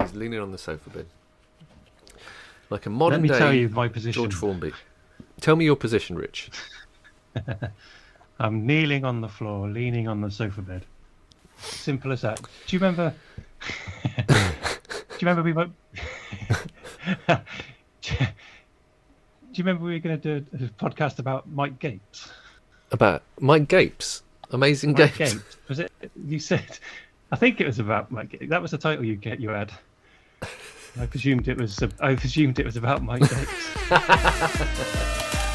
He's leaning on the sofa bed. Like a modern Let me day tell you my position. George Formby. Tell me your position, Rich. I'm kneeling on the floor, leaning on the sofa bed. Simple as that. Do you remember? do you remember we were? do you remember we were going to do a podcast about Mike Gates? About Mike Gapes. Amazing Mike Gapes. Gates was it? You said, I think it was about Mike. Gates. That was the title you get. You had. I presumed it was. I presumed it was about Mike Gates.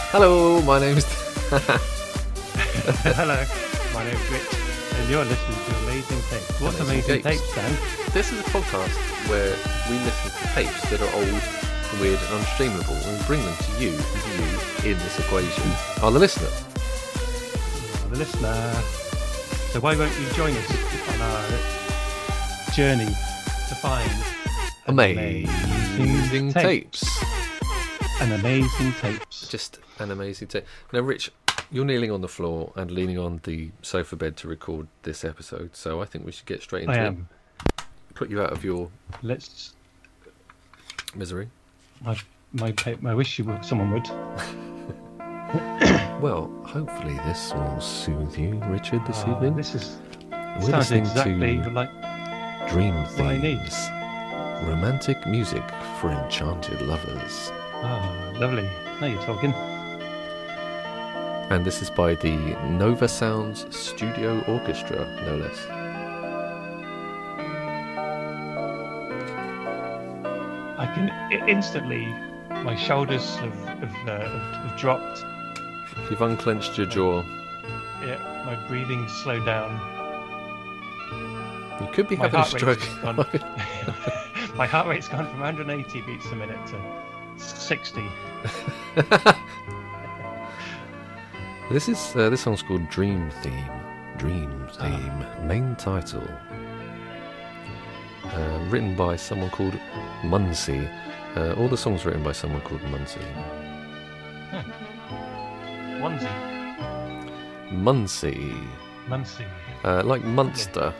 Hello, my name's. Hello, my name's Rich, and you're listening to Amazing Tapes. What's Amazing Amazing, Tapes. Tapes, Dan? This is a podcast where we listen to tapes that are old, weird, and unstreamable, and we bring them to you and you in this equation are the listener. for the listener. So why won't you join us on our journey to find Amazing, Amazing tapes. an amazing tapes? Just an amazing tape. Now, Rich, you're kneeling on the floor and leaning on the sofa bed to record this episode, so I think we should get straight into I it. am. Put you out of your Let's. misery. My my tape. I wish you would, someone would. Well, hopefully this will soothe you, Richard, this Ah, evening. This is We're sounds listening exactly to like Dream what I need. Themes. Romantic music for enchanted lovers. ah lovely. Now you're talking. And this is by the Nova Sounds Studio Orchestra, no less. I can i- instantly. My shoulders have, have, uh, have, have dropped. You've unclenched your jaw. Yeah, my breathing slowed down. You could be My having a heart rate's stroke. gone. My heart rate's gone from 180 beats a minute to 60. this is uh, this song's called Dream Theme. Dream Theme, main title. Uh, written by someone called Munsey. Uh, all the songs written by someone called Munsey. Onesie, Munsey, Muncie. uh, like Munster,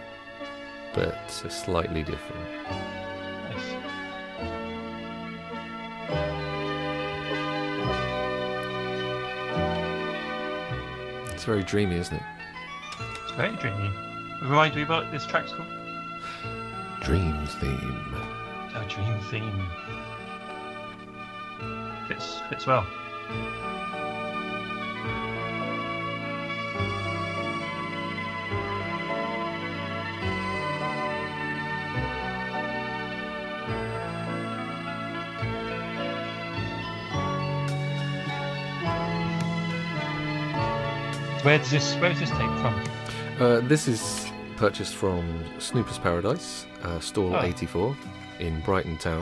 but slightly different. Yes. It's very dreamy, isn't it? It's very dreamy. Reminds me about this track's called Dream Theme. A Dream Theme. Fits, fits well. Where does this where does this tape from? Uh, this is purchased from Snooper's Paradise, uh, stall Oh. 84 in Brighton Town.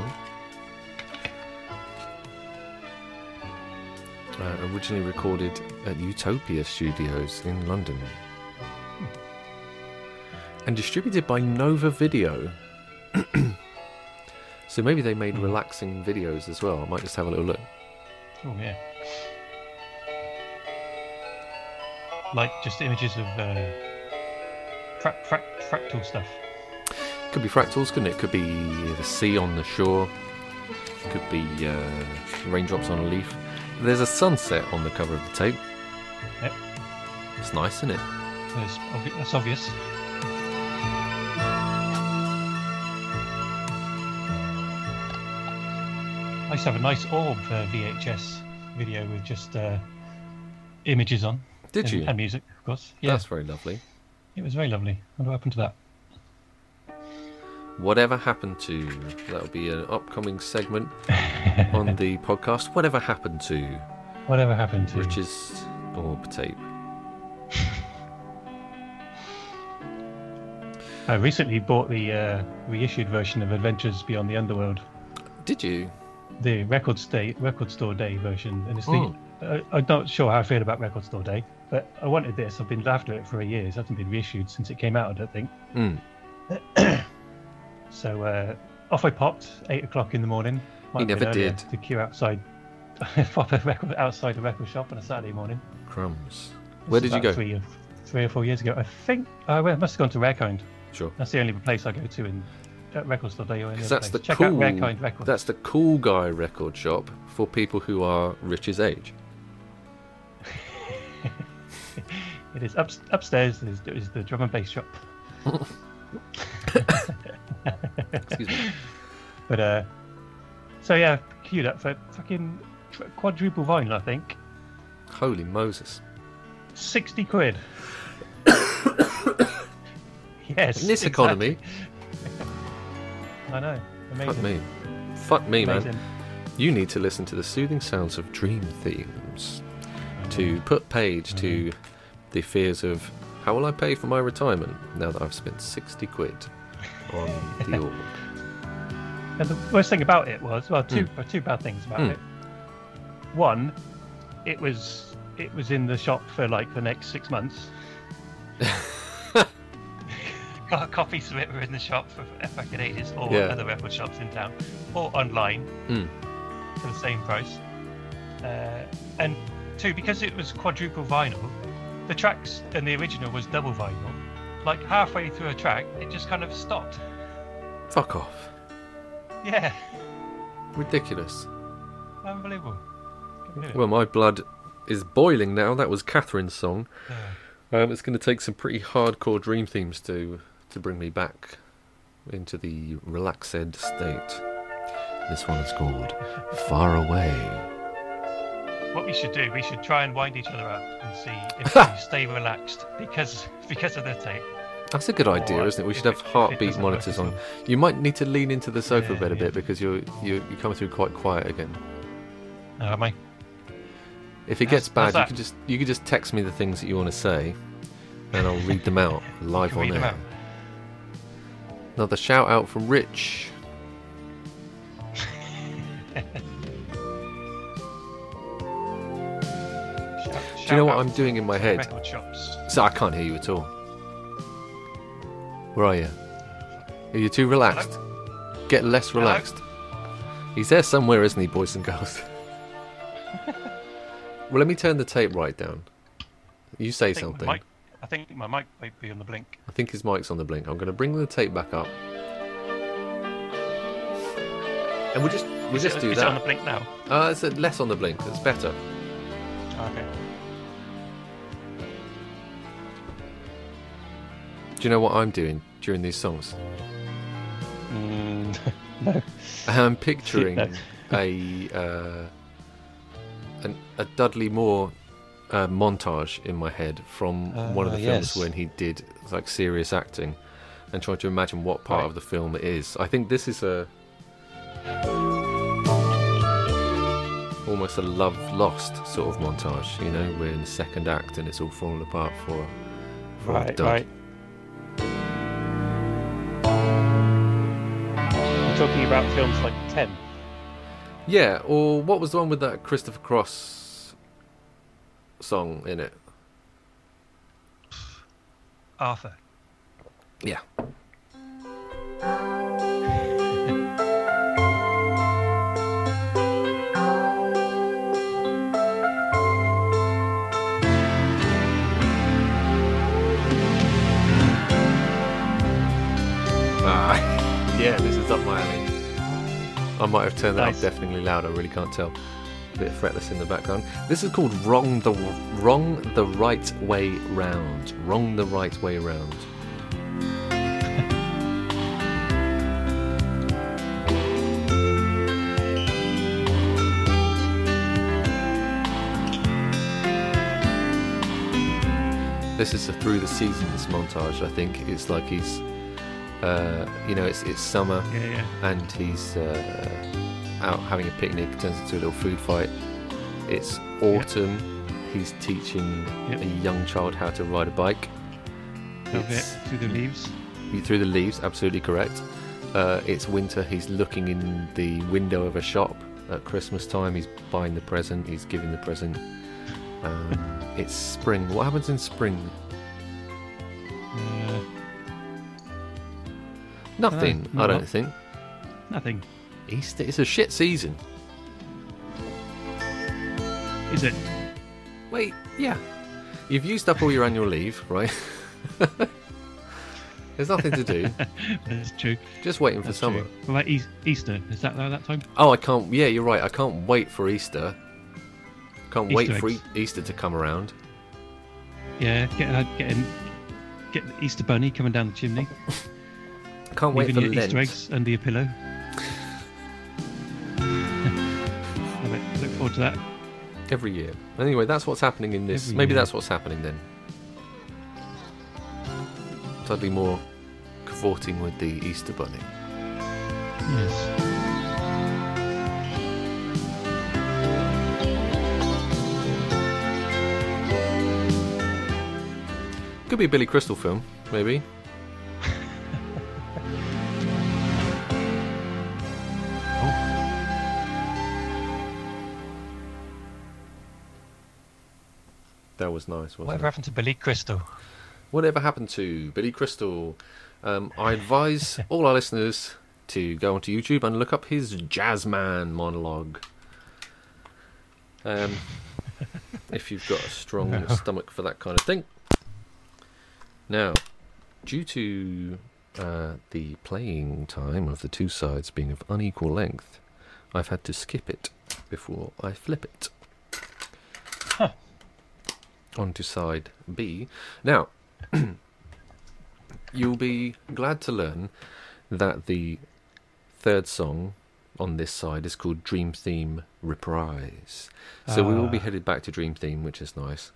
Uh, originally recorded at Utopia Studios in London. And distributed by Nova Video. so maybe they made relaxing videos as well. I might just have a little look. Oh yeah. Like just images of uh, frac- frac- fractal stuff. Could be fractals, couldn't it? Could be the sea on the shore. Could be uh, raindrops on a leaf. There's a sunset on the cover of the tape. Yep. It's nice, isn't it? That's, obvi- that's obvious. I used to have a nice orb uh, VHS video with just uh, images on. Did and, you? And music, of course. Yeah, That's very lovely. it was very lovely. What happened to that? Whatever happened to? That'll be an upcoming segment on the podcast. Whatever happened to Whatever happened to Rich's orb tape? I recently bought the uh, reissued version of Adventures Beyond the Underworld. Did you? the record day, record store day version, and it's Mm. the. I, I'm not sure how I feel about record store day, but I wanted this. I've been after it for a year. It hasn't been reissued since it came out. I don't think. Mm. So uh, off I popped, eight o'clock in the morning. You have been never earlier, did. To queue outside, pop a record outside a record shop on a Saturday morning. Crumbs. This Where is did you about go? Three, or- uh, three or four years ago, I think. I went- must have gone to Rarekind. Sure. That's the only place I go to in at recordstore.io. and 'Cause other that's the places. Check cool. out Rare Kind Records. That's the cool guy record shop for people who are Rich's age. It is up, upstairs. Is, is the drum and bass shop. Excuse me. But uh, so yeah, queued up for fucking tr- quadruple vinyl. I think Holy Moses! sixty quid. yes. In this exactly. economy, I know. fuck Amazing. me, fuck me, man. Amazing. You need to listen to the soothing sounds of dream themes to put page to the fears of how will I pay for my retirement now that I've spent 60 quid on the org. And the worst thing about it was well, two uh, two bad things about Mm. it. One, it was it was in the shop for like the next six months. Got copies of it were in the shop for fucking ages, or Yeah. other record shops in town, or online Mm. for the same price. Uh, and two, because it was quadruple vinyl, the tracks and the original was double vinyl. Like halfway through a track, it just kind of stopped. Fuck off. Yeah, Ridiculous. unbelievable. Couldn't believe it. Well, my blood is boiling now. That was Catherine's song. Yeah. Um, it's going to take some pretty hardcore dream themes to, to bring me back into the relaxed state. This one is called Far Away. What we should do, we should try and wind each other up and see if we stay relaxed because because of the tape. That's a good idea, Or isn't it? We if should it- have if it heartbeat doesn't work monitors as on. well. You might need to lean into the sofa Yeah, bed a yeah. bit because you're you you coming through quite quiet again. No, Uh, am I? If it How's- gets bad, how's you that? can just you can just text me the things that you want to say, and I'll read them out live Can on read them air. out. Another shout out from Rich. Shout, Do you know what I'm doing in my head? Record shops. So I can't hear you at all. Where are you? Are you too relaxed? Get less Hello? relaxed. He's there somewhere, isn't he, boys and girls? well, let me turn the tape right down. You say I think something. My mic, I think my mic might be on the blink. I think his mic's on the blink. I'm going to bring the tape back up. And we'll just we'll is just it, do is it on the that. blink now? Uh, it's uh, less on the blink. It's better. Okay. Do you know what I'm doing during these songs? Mm, no. I'm picturing No. a uh, an, a Dudley Moore uh, montage in my head from one of Ah, the films yes. when he did like serious acting, and trying to imagine what part Right. of the film it is. I think this is a almost a love lost sort of montage. You know, we're in the second act and it's all falling apart for for Right, Dud. right. You're talking about films like Ten. Yeah, or what was the one with that Christopher Cross song in it? Arthur. Yeah. Ah, yeah, this is up my alley. I might have turned that Nice. up deafeningly loud. I really can't tell. A bit fretless in the background. This is called "Wrong the Wrong the Right Way Round." Wrong the right way round. This is a through the seasons montage. I think it's like he's, uh, you know, it's it's summer Yeah, yeah. and he's uh, out having a picnic. Turns into a little food fight. It's autumn. He's teaching Yep. a young child how to ride a bike. It's- through the leaves. you through the leaves, absolutely correct. Uh, it's winter. He's looking in the window of a shop at Christmas time. He's buying the present. He's giving the present. Um, it's spring. What happens in spring? Uh, Nothing. no, I don't not- think. nothing. Easter. It's a shit season. Is it? Wait. Yeah. You've used up all your annual leave, right? There's nothing to do. That's true. Just waiting for That's summer. true. What about Eas- Easter? Is that around that time? Oh, I can't. Yeah, you're right. I can't wait for Easter. Can't wait Easter for eggs. e- Easter to come around. Yeah, get uh, get him, get the Easter bunny coming down the chimney, Can't wait leaving for your Lent. Easter eggs under your pillow. Love it. Look forward to that. every year. Anyway, that's what's happening in this. Every Maybe year. that's what's happening then. Slightly more cavorting with the Easter bunny. Yes. Could be a Billy Crystal film, maybe. Oh. That was nice, wasn't Whatever it? happened to Billy Crystal? Whatever happened to Billy Crystal? Um, I advise all our listeners to go onto YouTube and look up his Jazzman monologue. Um, if you've got a strong No. stomach for that kind of thing. Now, due to uh, the playing time of the two sides being of unequal length, I've had to skip it before I flip it. Onto side B. Now, you'll be glad to learn that the third song on this side is called Dream Theme Reprise. So we will be Ah. headed back to Dream Theme, which is nice.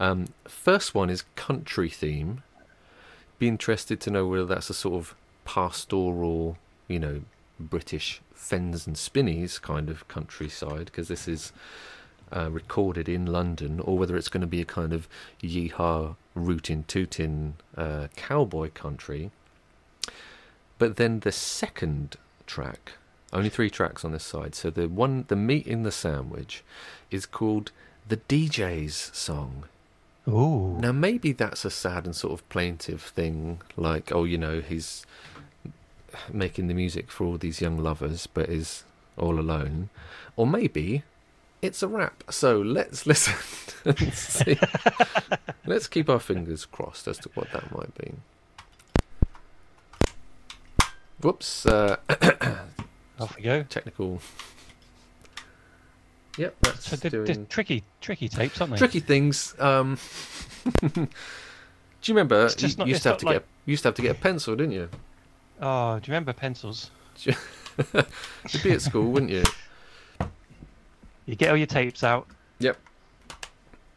Um, first one is Country Theme. Be interested to know whether that's a sort of pastoral, you know, British fens and spinnies kind of countryside, because this is uh, recorded in London, or whether it's going to be a kind of yeehaw, rootin' tootin' uh, cowboy country. But then the second track, only three tracks on this side. So the one, the meat in the sandwich, is called the DJ's song. Ooh. Now maybe that's a sad and sort of plaintive thing, like oh, you know, he's making the music for all these young lovers, but is all alone, or maybe it's a rap. So let's listen and see. let's keep our fingers crossed as to what that might be. Whoops. Uh, Off we go. technical. Yep, that's So the, doing the tricky, tricky tapes, aren't they? tricky things. Um, do you remember It's you just not- used it's to have not to like- get you used to have to get a pencil, didn't you? Oh, do you remember pencils? You'd be at school, wouldn't you? You get all your tapes out,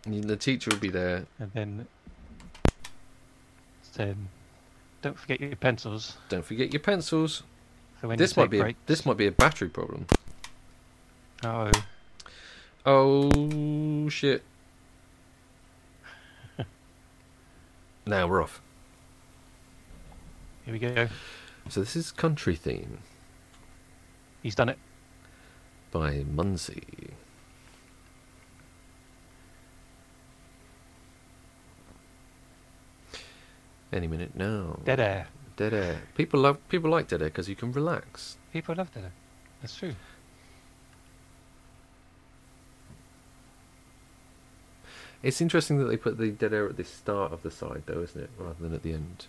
And the teacher would be there. and then, then don't forget your pencils Don't forget your pencils. for when this you might be a, break. this might be a battery problem. Oh, Oh shit! now we're off. here we go. So this is country theme He's done it. by Munsey. Any minute now. Dead air. Dead air. People love. People like dead air because you can relax. People love dead air. That's true. It's interesting that they put the dead air at the start of the side, though, isn't it, rather than at the end?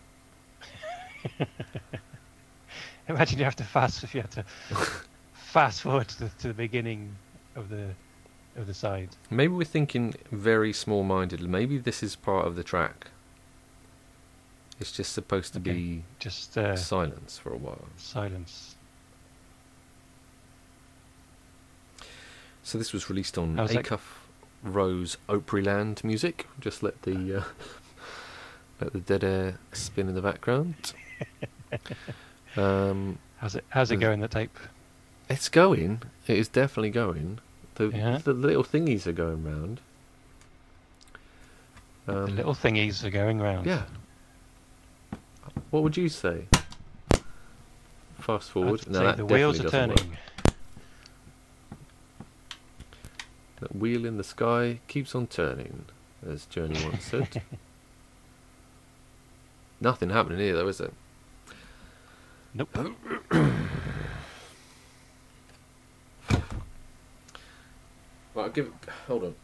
Imagine you have to fast if you had to fast forward to, to the beginning of the of the side. Maybe we're thinking very small-minded. Maybe this is part of the track. It's just supposed to Okay. Just uh, be silence for a while. silence. So this was released on How's that- Acuff Rose Opryland Music. Just let the uh, let the dead air spin in the background. um, How's it? How's it There's- going? The tape. It's going. It is definitely going. The, Yeah. the little thingies are going round. the Um, little thingies are going round. yeah. What would you say? Fast forward. I'd no, say that the wheels are definitely doesn't turning. work. That wheel in the sky keeps on turning, as Journey once said. Nothing happening here, though, is it? Nope. Right, I'll give. Hold on.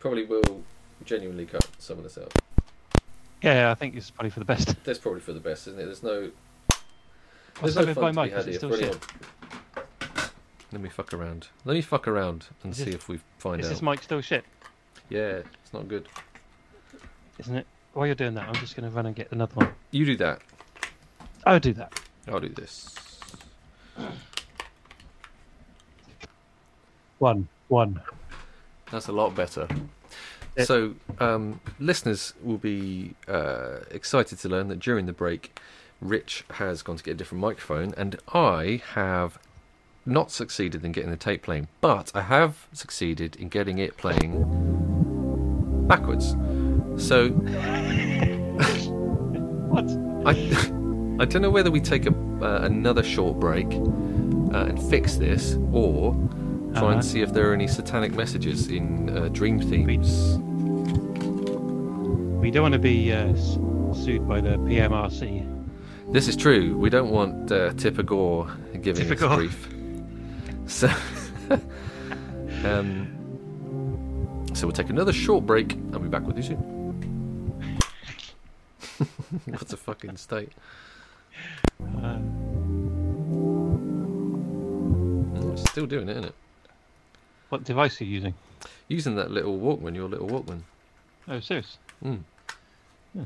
Probably will genuinely cut some of this out. Yeah, I think it's probably for the best. That's probably for the best, isn't it? There's no. I'll There's stop no it fun by to be Mike. had Is it here. still shit? Brilliant. Let me fuck around. Let me fuck around and Is see this- if we find Is out. this Mike still shit? Yeah, it's not good. Isn't it? While you're doing that, I'm just going to run and get another one. You do that. I'll do that. I'll do this. One. One. That's a lot better. Yeah. So, um, listeners will be uh, excited to learn that during the break, Rich has gone to get a different microphone, and I have not succeeded in getting the tape playing, but I have succeeded in getting it playing backwards. So, What? I, I don't know whether we take a, uh, another short break uh, and fix this, or try Uh-huh. and see if there are any satanic messages in uh, dream themes. We don't want to be uh, s- sued by the PMRC. This is true. We don't want uh, Tipper Gore giving Tipper us Gore. grief. So, um, so we'll take another short break. I'll be back with you soon. What's a fucking state? Uh, Mm, It's still doing it, isn't it? what device are you using? Using that little Walkman, your little Walkman. Oh, serious? Mm. Yeah.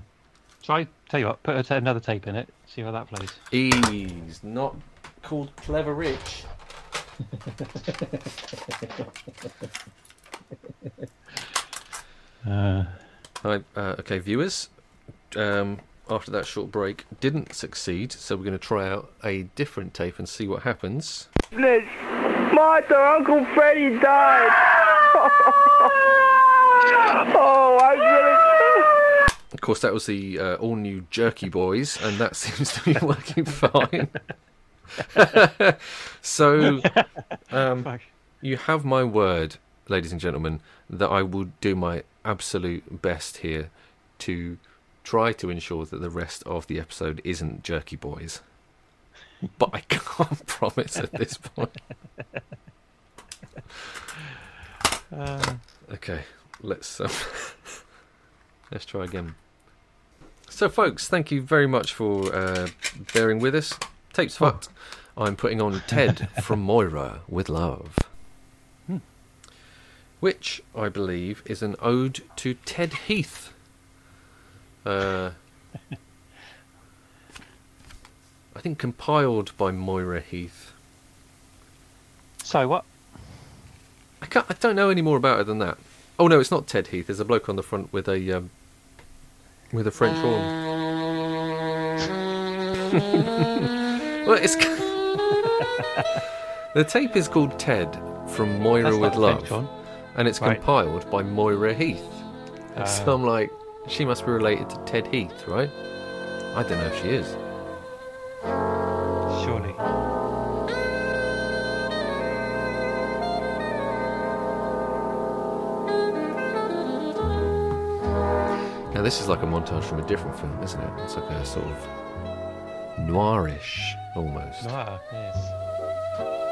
Try, tell you what, put a t- another tape in it, see how that plays. He's not called Clever Rich. Uh, Hi, uh, okay, viewers. Um, after that short break, didn't succeed, so we're going to try out a different tape and see what happens. Goodness. Martha, Uncle Freddie died. oh, I'm gonna. Of course, that was the uh, all new Jerky Boys, and that seems to be working fine. so, um, fuck. you have my word, ladies and gentlemen, that I will do my absolute best here to try to ensure that the rest of the episode isn't Jerky Boys. But I can't promise at this point. Uh, Okay, let's um, let's try again. So, folks, thank you very much for uh, bearing with us. Tapes fucked. I'm putting on Ted from Moira with love, which I believe is an ode to Ted Heath. Uh, I think compiled by Moira Heath. so what? I, can't, I don't know any more about it than that. Oh no, it's not Ted Heath. There's a bloke on the front with a um, with a French horn. well, it's the tape is called Ted from Moira That's with not a fake Love, one. and it's Right. compiled by Moira Heath. Ah. so I'm like, she must be related to Ted Heath, right? I don't know if she is. Surely. Now this is like a montage from a different film, isn't it? It's like a sort of noirish almost. Ah, yes.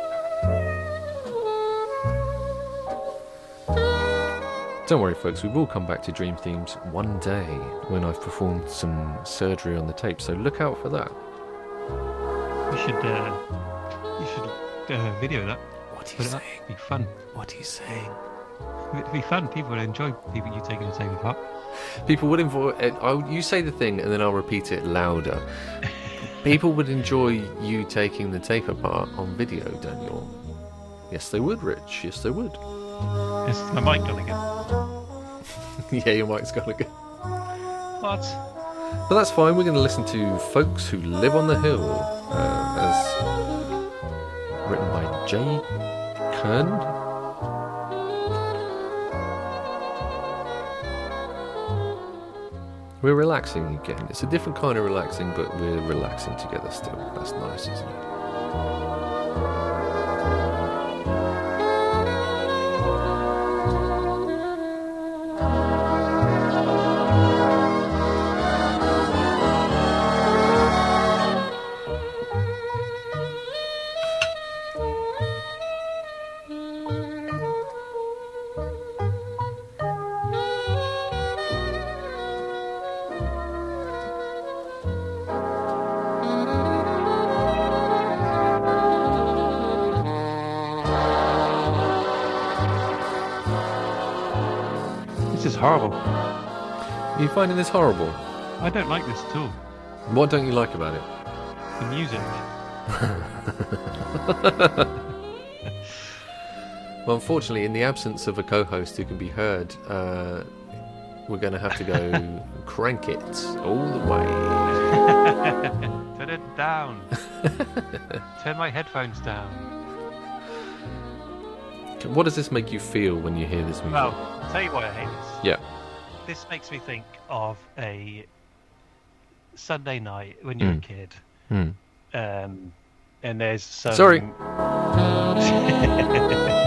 Don't worry, folks, we will come back to Dream Themes one day when I've performed some surgery on the tape, so look out for that. You should, uh, you should uh, video that. What Put it up. Be fun. What are you saying? It'd be fun. People would enjoy people you taking the table apart. People would enjoy. I'll, you say the thing and then I'll repeat it louder. People would enjoy you taking the tape apart on video, Daniel. Yes, they would, Rich. Yes, they would. It's my mic gone again. yeah, your mic's got to go. What? But that's fine. We're going to listen to Folks Who Live on the Hill, uh, as written by Jay Kern. We're relaxing again. It's a different kind of relaxing, but we're relaxing together still. That's nice, isn't it? horrible. You finding this horrible? I don't like this at all. What don't you like about it? The music. Well, unfortunately, in the absence of a co-host who can be heard, uh, we're going to have to go crank it all the way. Turn it down. Turn my headphones down. Can- What does this make you feel when you hear this music? Well, I'll tell you why I hate this. yeah, This makes me think of a Sunday night when you're a kid. Mm. Um, and there's some... Sorry.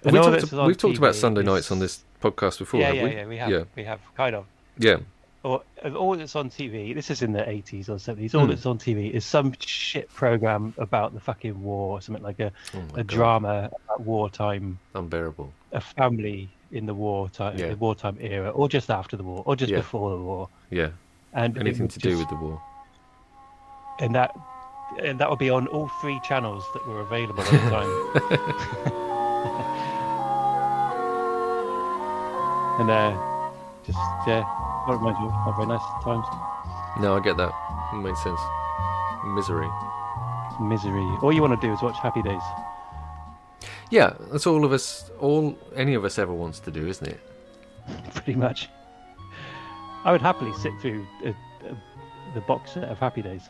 I we've know talked, that's on we've talked TV, about Sunday it's- nights on this podcast before, Yeah, have yeah, we? yeah. We have, Yeah, we have, kind of. yeah. Or of all that's on TV, this is in the 80s or 70s. Hmm. All that's on TV is some shit program about the fucking war, or something like a, Oh my a God, drama about wartime unbearable. a family in the wartime, Yeah. the wartime era, or just after the war, or just Yeah. before the war, Yeah, and it anything would to do just- with the war. and that and that would be on all three channels that were available at the time. and uh, just yeah, that reminds me of not very nice times, No, I get that. It makes sense. Misery. misery. All you want to do is watch Happy Days. Yeah, that's all of us. All any of us ever wants to do, isn't it? pretty much. I would happily sit through uh uh the box set of Happy Days.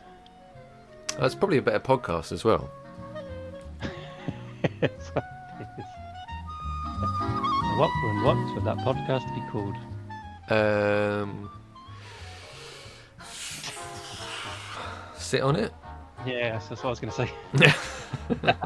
That's probably a better podcast as well. Yes, it is. what and what would that podcast be called? Um, sit on it. Yeah, that's what I was going to say.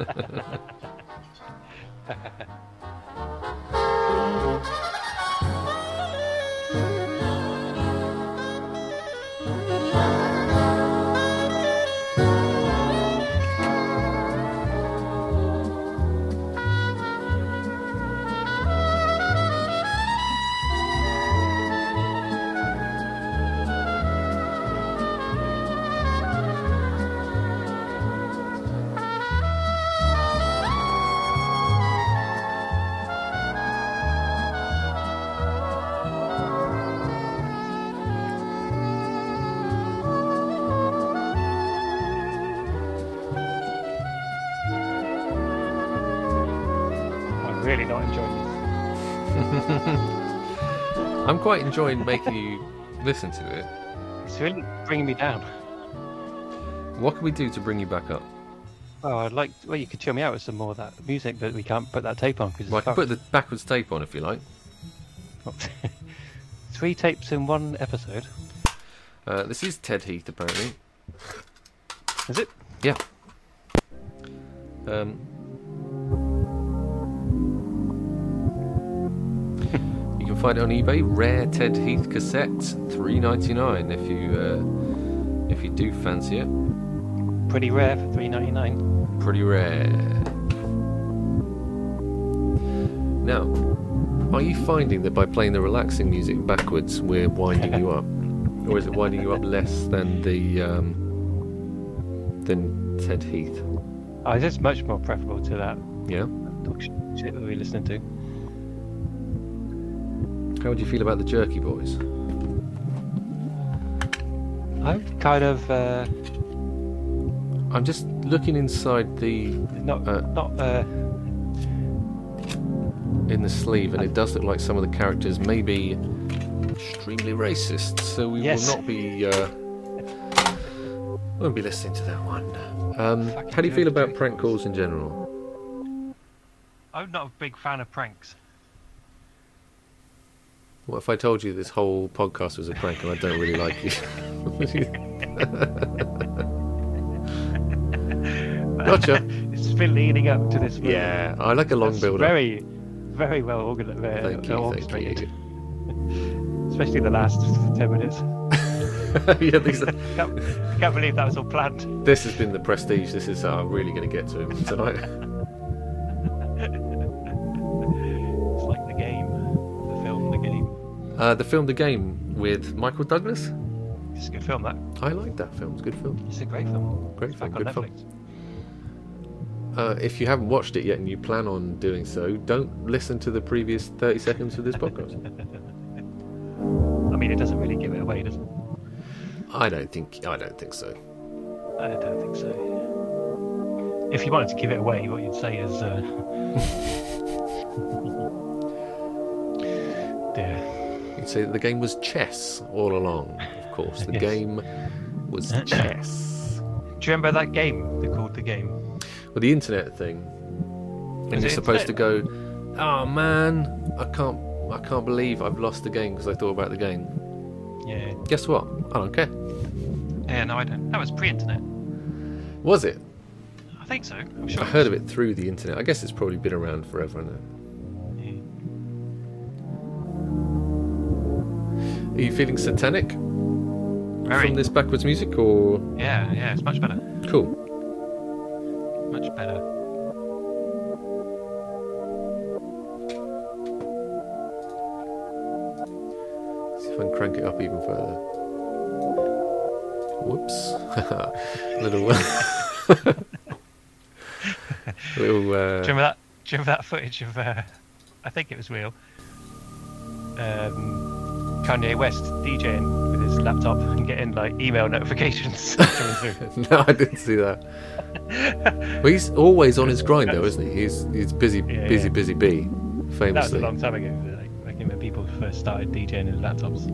I'm really not enjoying this. I'm quite enjoying making you listen to it. It's really bringing me down. What can we do to bring you back up? Oh, I'd like. Well, you could chill me out with some more of that music, but we can't put that tape on because Well, I can put the backwards tape on if you like. three tapes in one episode. Uh, this is Ted Heath, apparently. Is it? Yeah. Um, you can find it on eBay. Rare Ted Heath cassette, three ninety nine. If you uh, if you do fancy it, Pretty rare for three ninety nine. pretty rare. Now, are you finding that by playing the relaxing music backwards, we're winding you up, or is it winding you up less than the um, than Ted Heath? Oh, this is much more preferable to that Yeah. dog sh- shit that we listening to. How would you feel about the Jerky Boys? I'm kind of uh, I'm just looking inside the not Uh, not. Uh, in the sleeve, and it does look like some of the characters may be extremely racist. So we Yes. will not be uh, won't be listening to that one. Um, Fucking how do you feel Jerky about Boys. prank calls in general? I'm not a big fan of pranks. What if I told you this whole podcast was a prank and I don't really like you? gotcha. It's been leading up to this. moment. Yeah, I like a long That's build up. Very, very well organi- uh, Thank you, orchestrated, thank you. especially the last ten minutes. yeah, these are, Can't, can't believe that was all planned. This has been the prestige. This is how I'm really going to get to him tonight. It's like the game, the film, the game. uh, the film The Game with Michael Douglas. It's a good film. That I like that film. It's a good film. it's a great film. Great It's film. back on Good film. Netflix. uh, if you haven't watched it yet and you plan on doing so, don't listen to the previous 30 seconds of this podcast. I mean, it doesn't really give it away, does it? I don't think I don't think so. I don't think so. If you wanted to give it away, what you'd say is. Uh... yeah. You'd say that the game was chess all along. Of course, the Yes. game was chess. Do you remember that game? They called the game. Well, the internet thing, and Is you're it supposed to go, "Oh man, I can't, I can't believe I've lost the game because I thought about the game." Yeah. Guess what? I don't care. Yeah, no, I don't. That was pre-internet. Was it? I think so. I'm sure. I heard of it through the internet. I guess it's probably been around forever. Isn't Yeah. it? Are you feeling satanic Hmm. Very. from this backwards music, or Yeah, yeah. It's much better. cool? Much better. See if I can crank it up even further. Whoops! little, little. Do Uh, you remember that? Do you remember that footage of? Uh, I think it was real. Um, Kanye West DJing with his laptop and getting like email notifications coming through. no, I didn't see that. Well, he's always on his grind, though, isn't he? He's he's busy, Yeah, busy, yeah. busy bee, That was a famously. long time ago. Like, I think when people first started DJing in laptops.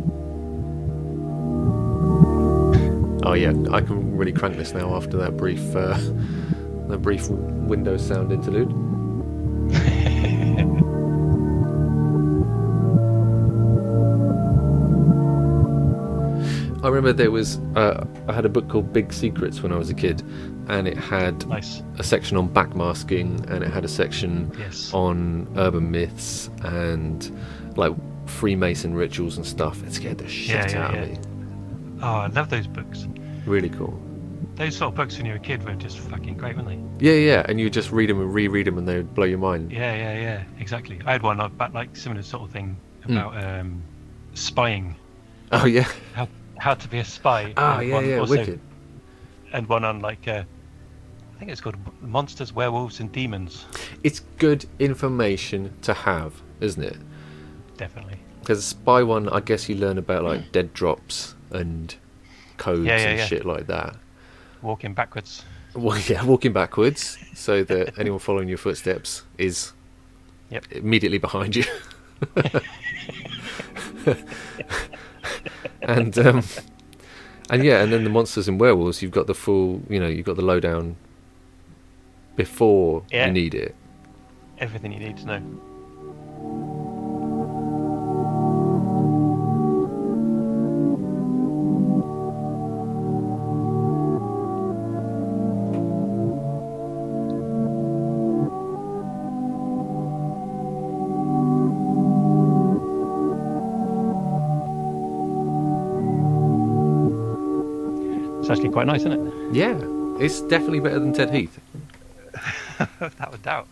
Oh yeah, I can really crank this now after that brief, uh, that brief Windows sound interlude. I remember there was uh, I had a book called Big Secrets when I was a kid, and it had Nice. a section on backmasking, and it had a section Yes. on urban myths and like Freemason rituals and stuff. It scared the shit yeah, out yeah. of me. Oh, I love those books. Really cool. Those sort of books when you were a kid were just fucking great, weren't they? Yeah, yeah, and you just read them and reread them, and they would blow your mind. Yeah, yeah, yeah. Exactly. I had one about like similar sort of thing Hmm. about um, spying, Oh yeah, how how to be a spy. oh and yeah, one yeah, also- wicked. And one on like uh, I think it's called Monsters, Werewolves, and Demons. It's good information to have, isn't it? Definitely. Because spy one, I guess you learn about like dead drops and codes Mm. Yeah, yeah, and yeah. shit like that. Walking backwards. Well, yeah, walking backwards so that anyone following your footsteps is Yep. immediately behind you. and um, and yeah, and then the monsters and werewolves, you've got the full, you know, you've got the lowdown before Yeah. you need it. Everything you need to know. It's actually quite nice, isn't it? Yeah, it's definitely better than Ted Heath. Without a doubt.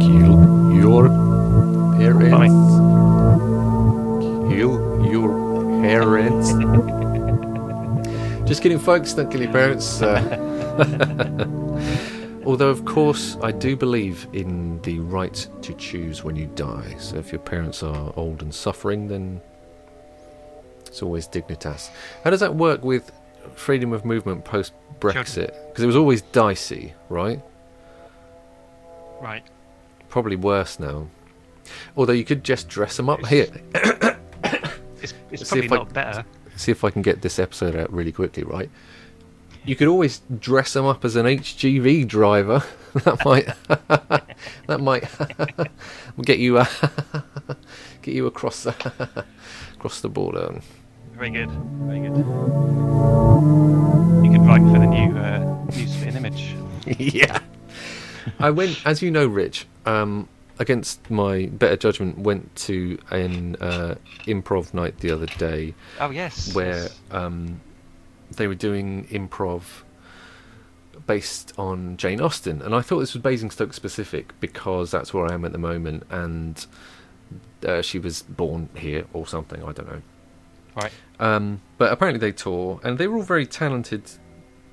Kill your Bye. Kill your parents. Just kidding, folks. Don't kill your parents. Uh, although, of course, I do believe in the right to choose when you die. So, if your parents are old and suffering, then it's always dignitas. How does that work with freedom of movement post Brexit? Because it was always dicey, right? Right. Probably worse now. Although you could just dress them up here. It's, it's See probably if I- not better. see if I can get this episode out really quickly, right? You could always dress them up as an HGV driver. that might that might get you uh, get you across the across the border. Very good. Very good. You can write for the new uh, newsfeed image. yeah. I went, as you know, Rich. Um, against my better judgment, went to an uh, improv night the other day. Oh yes. where yes. um, they were doing improv based on Jane Austen, and I thought this was Basingstoke specific because that's where I am at the moment, and uh, she was born here or something. I don't know. Right. Um, but apparently they tore, and they were all very talented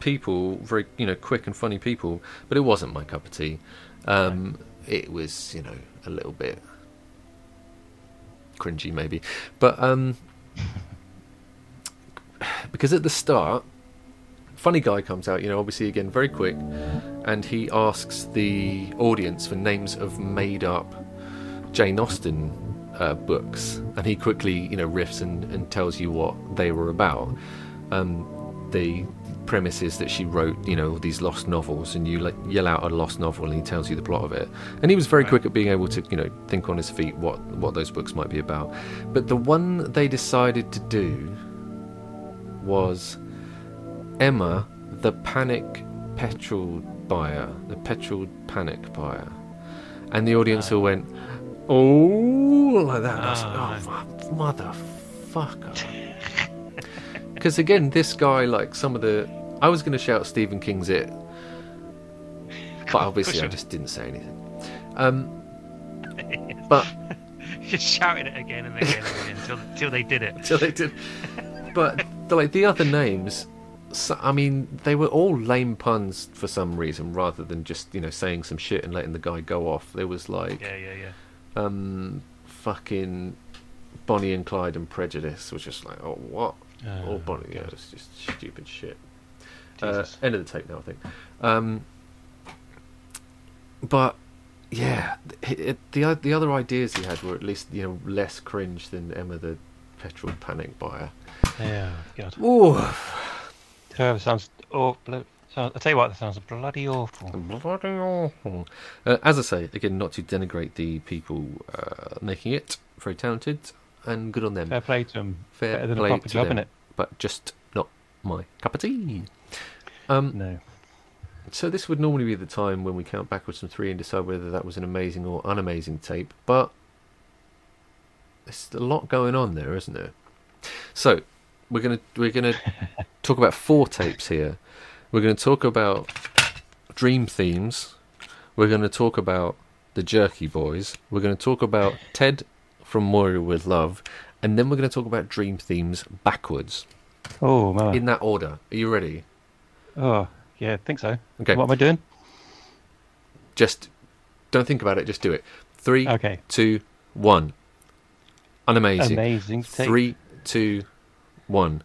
people, very you know quick and funny people. But it wasn't my cup of tea. Um, It was you know a little bit cringy maybe, but um, because at the start, funny guy comes out. You know, obviously again very quick, and he asks the audience for names of made up Jane Austen uh, books, and he quickly, you know, riffs and, and tells you what they were about. Um, the premise is that she wrote, you know, these lost novels, and you like yell out a lost novel, and he tells you the plot of it. And he was very quick at being able to, you know, think on his feet what what those books might be about. But the one they decided to do was Emma, the Panic Petrol Buyer, the Petrol Panic Buyer, and the audience all went. Oh, like that. And I was like, oh, motherfucker. Because again, this guy, like some of the, I was going to shout Stephen King's it, but obviously I sure. just didn't say anything. Um, but Just shouting it again and again and again until, until they did it. until they did. But the, like the other names, so, I mean, they were all lame puns for some reason, rather than just you know saying some shit and letting the guy go off. There was like. Yeah, yeah, yeah. um, fucking Bonnie and Clyde and Prejudice was just like, oh, what? or Bonnie, yeah, it's just stupid shit. Uh, Jesus. end of the tape now, I think. Um, but yeah, th- it, the o- the other ideas he had were at least you know less cringe than Emma the petrol panic buyer. Yeah, God. Oh, Terrible. Sounds awful. Sounds, I tell you what, that sounds bloody awful. bloody awful. Uh, as I say again, not to denigrate the people uh, making it, very talented and good on them. Fair play to him. Fair Better than play a proper to job, them. innit? but just not my cup of tea. Um, No. so this would normally be the time when we count backwards from three and decide whether that was an amazing or unamazing tape, but there's a lot going on there, isn't there? So we're gonna we're gonna talk about four tapes here. We're gonna talk about dream themes. We're gonna talk about the Jerky Boys. We're gonna talk about Ted from Moira with Love, and then we're gonna talk about dream themes backwards Oh, man. in that order. Are you ready? Oh, yeah, I think so. Okay. What am I doing? Just don't think about it. Just do it. Three, Okay. two, one. Unamazing. Amazing tape. Three, two, one.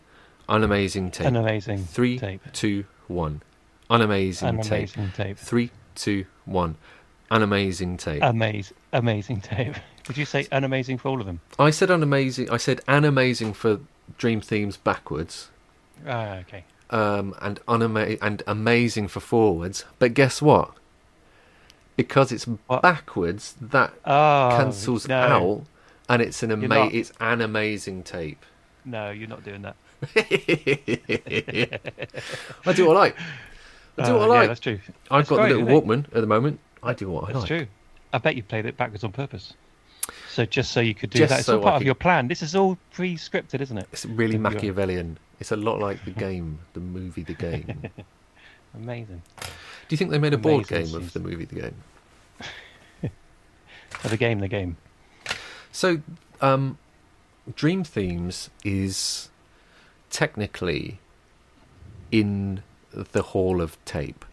Unamazing tape. An amazing Three, tape. two, one. Unamazing An tape. amazing tape. Three, two, one. Unamazing tape. Amaz- amazing tape. Did you say an amazing for all of them? I said unamazing. I said unamazing for dream themes backwards, Ah, okay. um, and unama- and amazing for forwards. But guess what? Because it's backwards, that Oh, cancels no, out, and it's an You're ama- not. it's an amazing tape. No, you're not doing that. I do what I like. I do Oh, what I yeah, like. that's true. I've that's got great, the little Walkman at the moment. I do what I That's like. true. I bet you played it backwards on purpose. So just so you could do Just that. It's so all part I of could- your plan. This is all pre-scripted, isn't it? It's really Didn't you- Machiavellian. It's a lot like the game, the movie, the game. do Amazing. you think they made a board Amazing game of scenes. the movie, the game? Oh, the game, the game. So, um, Dream Themes is technically in the Hall of Tape,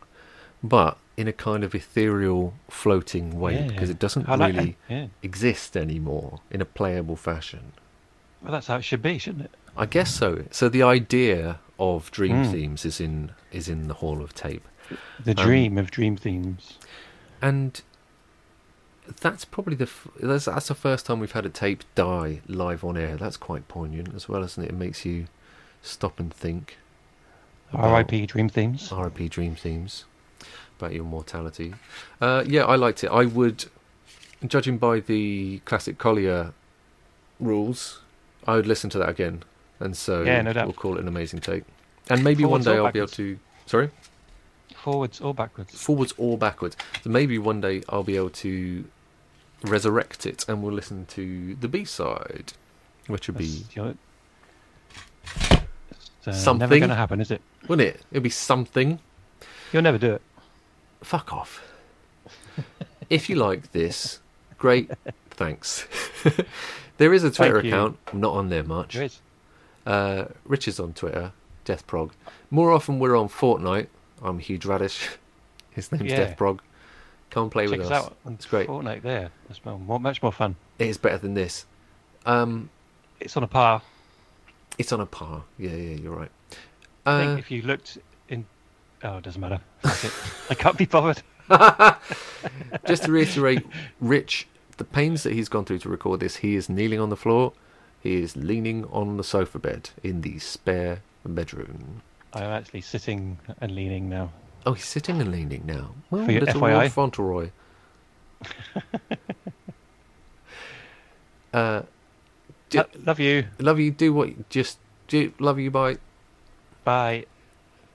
but in a kind of ethereal, floating way Yeah. because it doesn't I like really that. Yeah. exist anymore in a playable fashion. Well, that's how it should be, shouldn't it? I guess so. So the idea of Dream Mm. Themes is in is in the Hall of Tape, The Um, dream of dream themes. and that's probably the f- that's, that's the first time we've had a tape die live on air. That's quite poignant as well, isn't it? It makes you stop and think. about uh, R.I.P. Dream themes. R.I.P. Dream Themes about your mortality. Uh, yeah, I liked it. I would, judging by the classic Collier rules, I would listen to that again. And so Yeah, no doubt. we'll call it an amazing take. And maybe Forwards one day or I'll be able backwards? to. Sorry? Forwards or backwards. Forwards or backwards. So maybe one day I'll be able to resurrect it and we'll listen to the B side, which would be. That's your- It's, uh, Never Something. going to happen, is it? Wouldn't it? It'd be something. You'll never do it. Fuck off. if you like this, great. Thanks. there is a Twitter you. account. I'm not on there much. There is. Uh, Rich is on Twitter, Death Prog. More often we're on Fortnite. I'm Huge Radish. His name's Yeah. Death Prog. Come play Check with us us. out on It's great. Fortnite there. It's mo- more, much more fun. It is better than this. Um, It's on a par. it's on a par. Yeah, yeah, you're right. I Uh, think if you looked in. Oh, it doesn't matter. Fuck it. I can't be bothered. just to reiterate, Rich, the pains that he's gone through to record this, he is kneeling on the floor. He is leaning on the sofa bed in the spare bedroom. I'm actually sitting and leaning now. Oh, he's sitting and leaning now. Well, For your little FYI. Lord Fauntleroy. uh, do, Lo- love you. love you. Do what. Just do. Love you. Bye. Bye.